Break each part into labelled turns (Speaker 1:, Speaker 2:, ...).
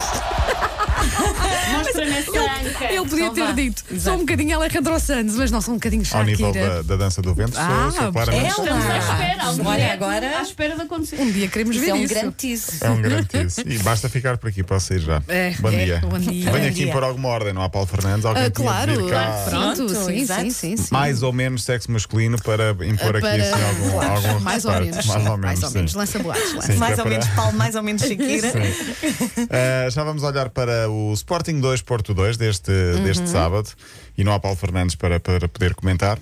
Speaker 1: Ah, Ok,
Speaker 2: Ele podia
Speaker 1: então
Speaker 2: ter
Speaker 1: vá.
Speaker 2: dito, sou um bocadinho Alejandro Santos, mas não sou um bocadinho
Speaker 3: Ao
Speaker 2: Shakira.
Speaker 3: nível da, da dança do vento,
Speaker 2: Ah,
Speaker 3: sou, sou claramente.
Speaker 4: ela.
Speaker 1: Estamos à
Speaker 3: Shakira.
Speaker 1: espera. há um
Speaker 4: É Olha,
Speaker 1: direto
Speaker 4: agora-
Speaker 1: À espera de acontecer.
Speaker 2: Um dia queremos
Speaker 4: Isso
Speaker 2: ver
Speaker 4: é um
Speaker 2: isso.
Speaker 4: grande tease.
Speaker 3: É um grande tease. E basta ficar por aqui, posso sair já.
Speaker 2: É,
Speaker 3: bom,
Speaker 2: é,
Speaker 3: dia.
Speaker 2: bom dia.
Speaker 3: Venho
Speaker 4: Bom
Speaker 3: aqui
Speaker 4: dia.
Speaker 3: por alguma ordem, não há Paulo Fernandes? Alguém
Speaker 2: Ah,
Speaker 3: tinha
Speaker 2: claro,
Speaker 3: de vir cá.
Speaker 2: pronto,
Speaker 4: Pronto,
Speaker 2: sim,
Speaker 4: exato.
Speaker 2: sim, sim, sim.
Speaker 3: Mais ou menos sexo masculino para impor
Speaker 2: Ah,
Speaker 3: aqui
Speaker 2: para-
Speaker 3: assim, algum,
Speaker 2: Claro,
Speaker 3: algum
Speaker 2: mais ou
Speaker 3: reparo.
Speaker 2: menos.
Speaker 3: Mais ou menos.
Speaker 2: Mais ou
Speaker 3: sim.
Speaker 2: menos. Lança boatos, lança.
Speaker 3: Sim,
Speaker 4: Mais
Speaker 3: que é
Speaker 4: ou menos
Speaker 3: para-
Speaker 4: Paulo, mais ou menos Shakira.
Speaker 3: Uh, já vamos olhar para o Sporting 2 Porto 2 deste,
Speaker 2: Uhum.
Speaker 3: deste sábado e não há Paulo Fernandes para, para poder comentar.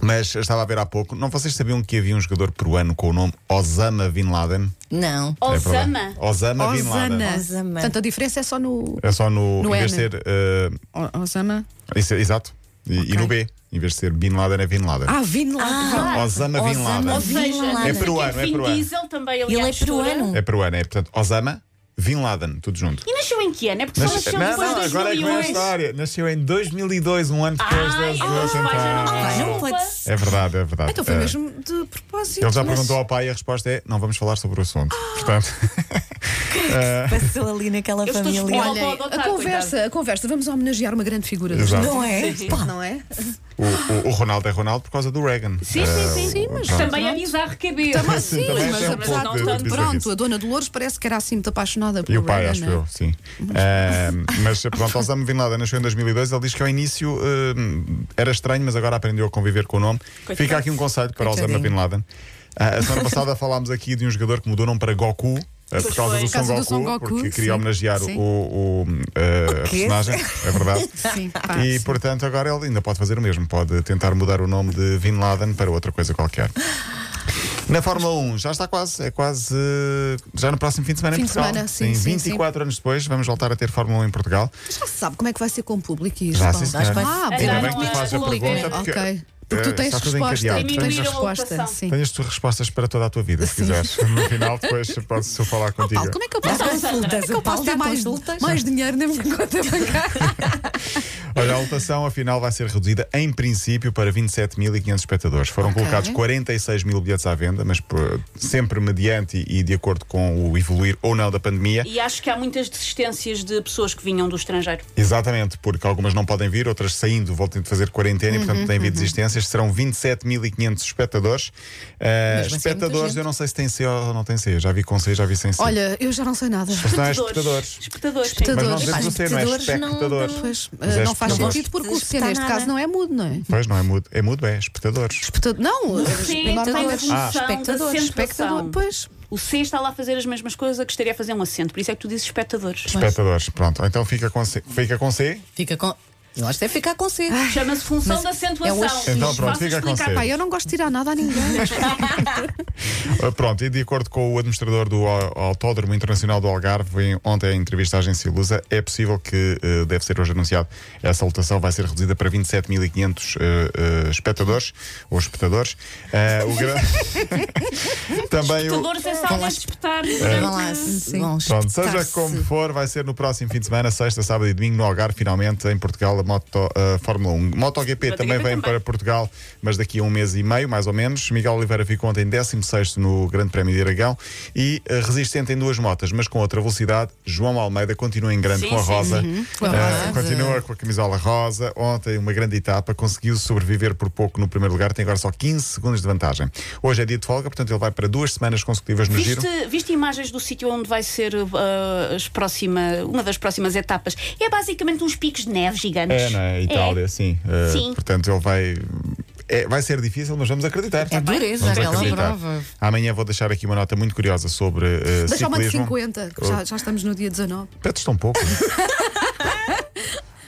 Speaker 3: Mas eu estava a ver há pouco, não vocês sabiam que havia um jogador peruano com o nome Osama Bin Laden?
Speaker 4: Não.
Speaker 3: É verdade.
Speaker 1: Osama.
Speaker 3: Osama Bin Laden.
Speaker 2: Osana.
Speaker 4: Osama.
Speaker 2: Portanto, a diferença é só no.
Speaker 3: É só no.
Speaker 2: No
Speaker 3: em vez de
Speaker 2: N.
Speaker 3: ser. uh,
Speaker 2: O- Osama.
Speaker 3: isso- é, exato. E, e no B. Em vez de ser Bin Laden, é Bin Laden.
Speaker 2: Ah, vim lá.
Speaker 3: Osama Bin
Speaker 4: Osama
Speaker 3: Laden.
Speaker 1: Ou
Speaker 4: Bin
Speaker 1: seja,
Speaker 4: Laden.
Speaker 3: É
Speaker 1: aqui
Speaker 3: peruano, é
Speaker 1: Vin
Speaker 3: peruano.
Speaker 1: Diesel também,
Speaker 4: Ele
Speaker 1: aliás.
Speaker 4: é
Speaker 1: estoura.
Speaker 4: peruano.
Speaker 3: É peruano, é portanto Osama Bin Laden, tudo junto.
Speaker 1: E nasceu em que ano? É porque
Speaker 3: Nas-
Speaker 1: só nasceu
Speaker 3: não,
Speaker 1: depois
Speaker 3: não,
Speaker 1: de
Speaker 3: agora é que vem a
Speaker 1: 2001.
Speaker 3: história. Nasceu em 2002, um ano depois
Speaker 1: Ai,
Speaker 3: das
Speaker 1: então
Speaker 3: duas
Speaker 1: os pais já não
Speaker 3: entradas.
Speaker 4: Ah, não
Speaker 1: Desculpa.
Speaker 4: pode ser.
Speaker 3: É verdade, é verdade.
Speaker 2: Então foi
Speaker 3: É.
Speaker 2: mesmo de propósito.
Speaker 3: Ele já
Speaker 2: mas-
Speaker 3: perguntou ao pai e a resposta é: não vamos falar sobre o assunto. Portanto,
Speaker 4: Passou ali naquela
Speaker 1: estou
Speaker 4: família.
Speaker 1: disponível.
Speaker 2: Olhem,
Speaker 1: Pode
Speaker 2: a
Speaker 1: adotar,
Speaker 2: conversa, a conversa, vamos homenagear uma grande figura do
Speaker 3: Exato.
Speaker 4: Não é?
Speaker 2: Pá, não é?
Speaker 3: o, o- o Ronaldo é Ronaldo por causa do Reagan. Eh,
Speaker 1: Sim, sim, sim. sim mas
Speaker 3: pronto.
Speaker 1: também é bizarro cabelo.
Speaker 2: Também
Speaker 3: Sim,
Speaker 2: sim,
Speaker 3: Ah, também
Speaker 2: mas
Speaker 3: é um
Speaker 2: apesar
Speaker 3: pouco
Speaker 2: de
Speaker 3: de-
Speaker 2: tudo,
Speaker 3: de
Speaker 2: pronto,
Speaker 3: bizarrice.
Speaker 2: a Dona Dolores parece que era assim muito apaixonada por
Speaker 3: E o pai,
Speaker 2: Reagan,
Speaker 3: acho
Speaker 2: não é?
Speaker 3: eu, sim. Ah, mas pronto, Osama Bin Laden nasceu em 2002. Ele diz que ao início ah, era estranho, mas agora aprendeu a conviver com o nome. Fica aqui um conselho para Osama
Speaker 4: Coitadinho.
Speaker 3: Bin Laden. Ah, a semana passada falámos aqui de um jogador que mudou o nome para Goku. ah, Por
Speaker 1: Pois
Speaker 3: causa
Speaker 1: foi.
Speaker 3: do
Speaker 1: Por
Speaker 3: Son,
Speaker 2: causa
Speaker 3: Goku,
Speaker 2: do Son Goku,
Speaker 3: porque
Speaker 2: sim.
Speaker 3: queria homenagear
Speaker 2: Sim.
Speaker 3: o, o, ah, a personagem, é verdade.
Speaker 2: Sim, pá,
Speaker 3: E
Speaker 2: sim.
Speaker 3: portanto agora ele ainda pode fazer o mesmo, pode tentar mudar o nome de Bin Laden para outra coisa qualquer. Na Fórmula 1 já está quase, é quase eh, já no próximo fim de semana
Speaker 2: Fim
Speaker 3: em
Speaker 2: de
Speaker 3: Portugal.
Speaker 2: semana, sim, sim,
Speaker 3: 24 anos depois vamos voltar a ter Fórmula 1 em Portugal.
Speaker 2: Já se sabe como é que vai ser com o público e isso.
Speaker 3: Já,
Speaker 2: Paulo.
Speaker 3: sim, senhora.
Speaker 2: Ah, bom.
Speaker 3: Ainda
Speaker 1: Ainda
Speaker 3: bem que me
Speaker 1: não
Speaker 3: faz a
Speaker 1: há público,
Speaker 3: pergunta porque
Speaker 2: Ok. Porque
Speaker 3: eh,
Speaker 2: tu tens
Speaker 3: está tudo
Speaker 2: resposta,
Speaker 3: encadeado,
Speaker 2: tu
Speaker 3: tens
Speaker 2: tens
Speaker 1: Diminuir a
Speaker 2: resposta,
Speaker 1: ocupação.
Speaker 2: sim.
Speaker 3: Tenho as tuas respostas para toda a tua vida, se quiseres. No final, depois posso falar
Speaker 2: Oh,
Speaker 3: contigo.
Speaker 2: Paulo, como é que eu posso, como
Speaker 4: Consultas,
Speaker 2: é que eu
Speaker 4: o Paulo
Speaker 2: posso ter
Speaker 4: dá
Speaker 2: mais,
Speaker 4: consultas.
Speaker 2: mais dinheiro na minha conta bancária?
Speaker 3: Olha, a lotação afinal vai ser reduzida em princípio para 27.500 espectadores. Foram
Speaker 2: Ok.
Speaker 3: colocados 46 mil bilhetes à venda, mas por- sempre mediante e de acordo com o evoluir ou não da pandemia.
Speaker 1: E acho que há muitas desistências de pessoas que vinham do estrangeiro.
Speaker 3: Exatamente, porque algumas não podem vir, outras saindo vão ter de fazer quarentena e,
Speaker 4: Uhum,
Speaker 3: portanto, têm havido desistências. Serão 27.500 espectadores. Ah,
Speaker 4: Mesmo assim, é muita
Speaker 3: espectadores,
Speaker 4: gente.
Speaker 3: eu não sei se tem C ou não tem C. Já vi com C, já vi sem C.
Speaker 2: Olha, eu já não sei nada.
Speaker 3: Mas não é
Speaker 1: Espectadores.
Speaker 3: espectadores.
Speaker 1: Espectadores. sim.
Speaker 3: Mas não
Speaker 2: Espectadores.
Speaker 3: dizemos o C, não é
Speaker 4: Espectadores não-
Speaker 3: espectadores.
Speaker 2: Pois,
Speaker 3: Mas
Speaker 2: eh,
Speaker 3: é
Speaker 2: não faz
Speaker 3: espectadores.
Speaker 2: sentido porque o C
Speaker 4: Está
Speaker 2: neste
Speaker 4: nada.
Speaker 2: caso não é mudo, não é?
Speaker 3: Pois, não é mudo. É mudo, é espectadores.
Speaker 2: Portanto, Não,
Speaker 1: C
Speaker 2: normal
Speaker 1: tem
Speaker 2: é-
Speaker 1: a função
Speaker 4: espectadores,
Speaker 1: de
Speaker 2: espectador.
Speaker 1: acentuação.
Speaker 2: Pois,
Speaker 1: O C está lá a fazer as mesmas coisas que estaria a fazer um acento. Por isso é que tu dizes espectadores.
Speaker 3: Espectadores, pronto. Então fica com C. Fica com C.
Speaker 4: Fica com. Eu acho que deve ficar com C.
Speaker 1: Chama-se função
Speaker 4: Mas
Speaker 1: de
Speaker 4: é o
Speaker 1: acentuação.
Speaker 4: achismo.
Speaker 3: Então, pronto,
Speaker 1: Faço
Speaker 3: fica com
Speaker 1: explicar.
Speaker 3: C.
Speaker 2: pá, eu não gosto de tirar nada a ninguém.
Speaker 3: Uh, Pronto, e de acordo com o administrador do Au- Autódromo Internacional do Algarve, em- ontem em entrevista à agência Lusa, é possível que uh, deve ser hoje anunciado essa lotação vai ser reduzida para 27.500 uh, uh, espectadores ou espectadores. Uh, o grande... Também o...
Speaker 1: Espectadores é só alguém espetar.
Speaker 4: Vão lá.
Speaker 2: Sim.
Speaker 4: Vão
Speaker 3: Pronto, seja
Speaker 4: espetar-se.
Speaker 3: como for, vai ser no próximo fim de semana, sexta, sábado e domingo, no Algarve, finalmente, em Portugal, a moto, a Fórmula 1. MotoGP
Speaker 1: MotoGP
Speaker 3: também vem
Speaker 1: também.
Speaker 3: para Portugal, mas daqui a um mês e meio, mais ou menos. Miguel Oliveira ficou ontem 16 no Grande Prémio de Aragão e eh, resistente em duas motas, mas com outra velocidade. João Almeida continua em grande
Speaker 1: Sim,
Speaker 3: com a
Speaker 1: sim,
Speaker 3: rosa.
Speaker 4: Uhum. Com a
Speaker 3: Eh,
Speaker 4: rosa.
Speaker 3: continua com a camisola rosa. Ontem, uma grande etapa, conseguiu sobreviver por pouco no primeiro lugar, tem agora só 15 segundos de vantagem. Hoje é dia de folga, portanto, ele vai para duas semanas consecutivas no giro.
Speaker 1: Viste, viste imagens do sítio onde vai ser ah, as próxima, uma das próximas etapas? É basicamente uns picos de neve gigantes.
Speaker 3: É, na Itália, sim. Uh,
Speaker 1: Sim.
Speaker 3: Portanto, ele vai. é, vai ser difícil, mas vamos acreditar.
Speaker 1: Tá
Speaker 4: É dureza
Speaker 3: Vamos
Speaker 4: aquela
Speaker 3: acreditar.
Speaker 4: prova.
Speaker 3: Amanhã vou deixar aqui uma nota muito curiosa sobre uh,
Speaker 2: Deixa uma de
Speaker 3: ciclismo.
Speaker 2: 50, que já, já estamos no dia 19.
Speaker 3: Petes tão pouco.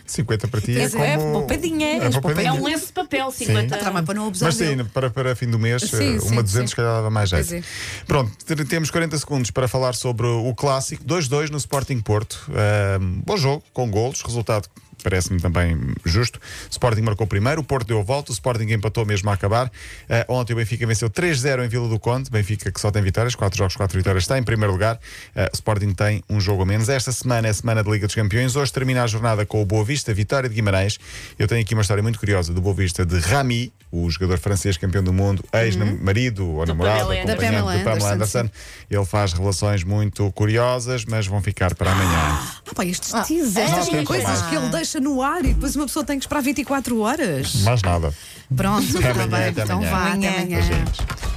Speaker 3: 50 para ti é
Speaker 4: Pois é,
Speaker 3: como...
Speaker 4: poupadinha,
Speaker 3: É
Speaker 4: és
Speaker 3: poupadinha.
Speaker 1: É um lenço de papel,
Speaker 2: Ah,
Speaker 1: 50.
Speaker 2: também para não abusar
Speaker 3: Mas sim,
Speaker 2: dele.
Speaker 3: para, para fim do mês,
Speaker 2: Sim,
Speaker 3: eh,
Speaker 2: sim,
Speaker 3: uma 200
Speaker 2: sim.
Speaker 3: calhar dava mais
Speaker 2: Pois
Speaker 3: jeito. Pronto, ter- temos 40 segundos para falar sobre o clássico 2-2 no Sporting Porto. Ahm, bom jogo, com golos, resultado que parece-me também justo. Sporting marcou primeiro, o Porto deu a volta, o Sporting empatou mesmo a acabar. Ah, ontem o Benfica venceu 3-0 em Vila do Conde, Benfica que só tem vitórias, 4 jogos, 4 vitórias, está em primeiro lugar. Ah, o Sporting tem um jogo a menos. Esta semana é a semana de Liga dos Campeões, hoje termina a jornada com o Boa Vista, vitória de Guimarães. Eu tenho aqui uma história muito curiosa do Boa Vista de Rami, o jogador francês campeão do mundo, ex-marido ou namorado,
Speaker 1: Pamela Anderson.
Speaker 3: acompanhante
Speaker 2: Da Pamela
Speaker 3: do Pamela
Speaker 2: Anderson,
Speaker 3: Anderson. Ele faz relações muito curiosas, mas vão ficar para amanhã.
Speaker 2: Ah, pá, estes teases,
Speaker 4: Ah,
Speaker 2: estas
Speaker 3: não,
Speaker 2: coisas
Speaker 4: não.
Speaker 2: que ele deixa no ar e depois uma pessoa tem que esperar 24 horas.
Speaker 3: Mais nada.
Speaker 2: Pronto,
Speaker 3: Até
Speaker 2: está
Speaker 3: amanhã,
Speaker 2: bem.
Speaker 3: até
Speaker 4: tá
Speaker 2: Então
Speaker 3: amanhã.
Speaker 2: vá, até
Speaker 4: Amanhã.
Speaker 2: amanhã.
Speaker 3: Beijinhos.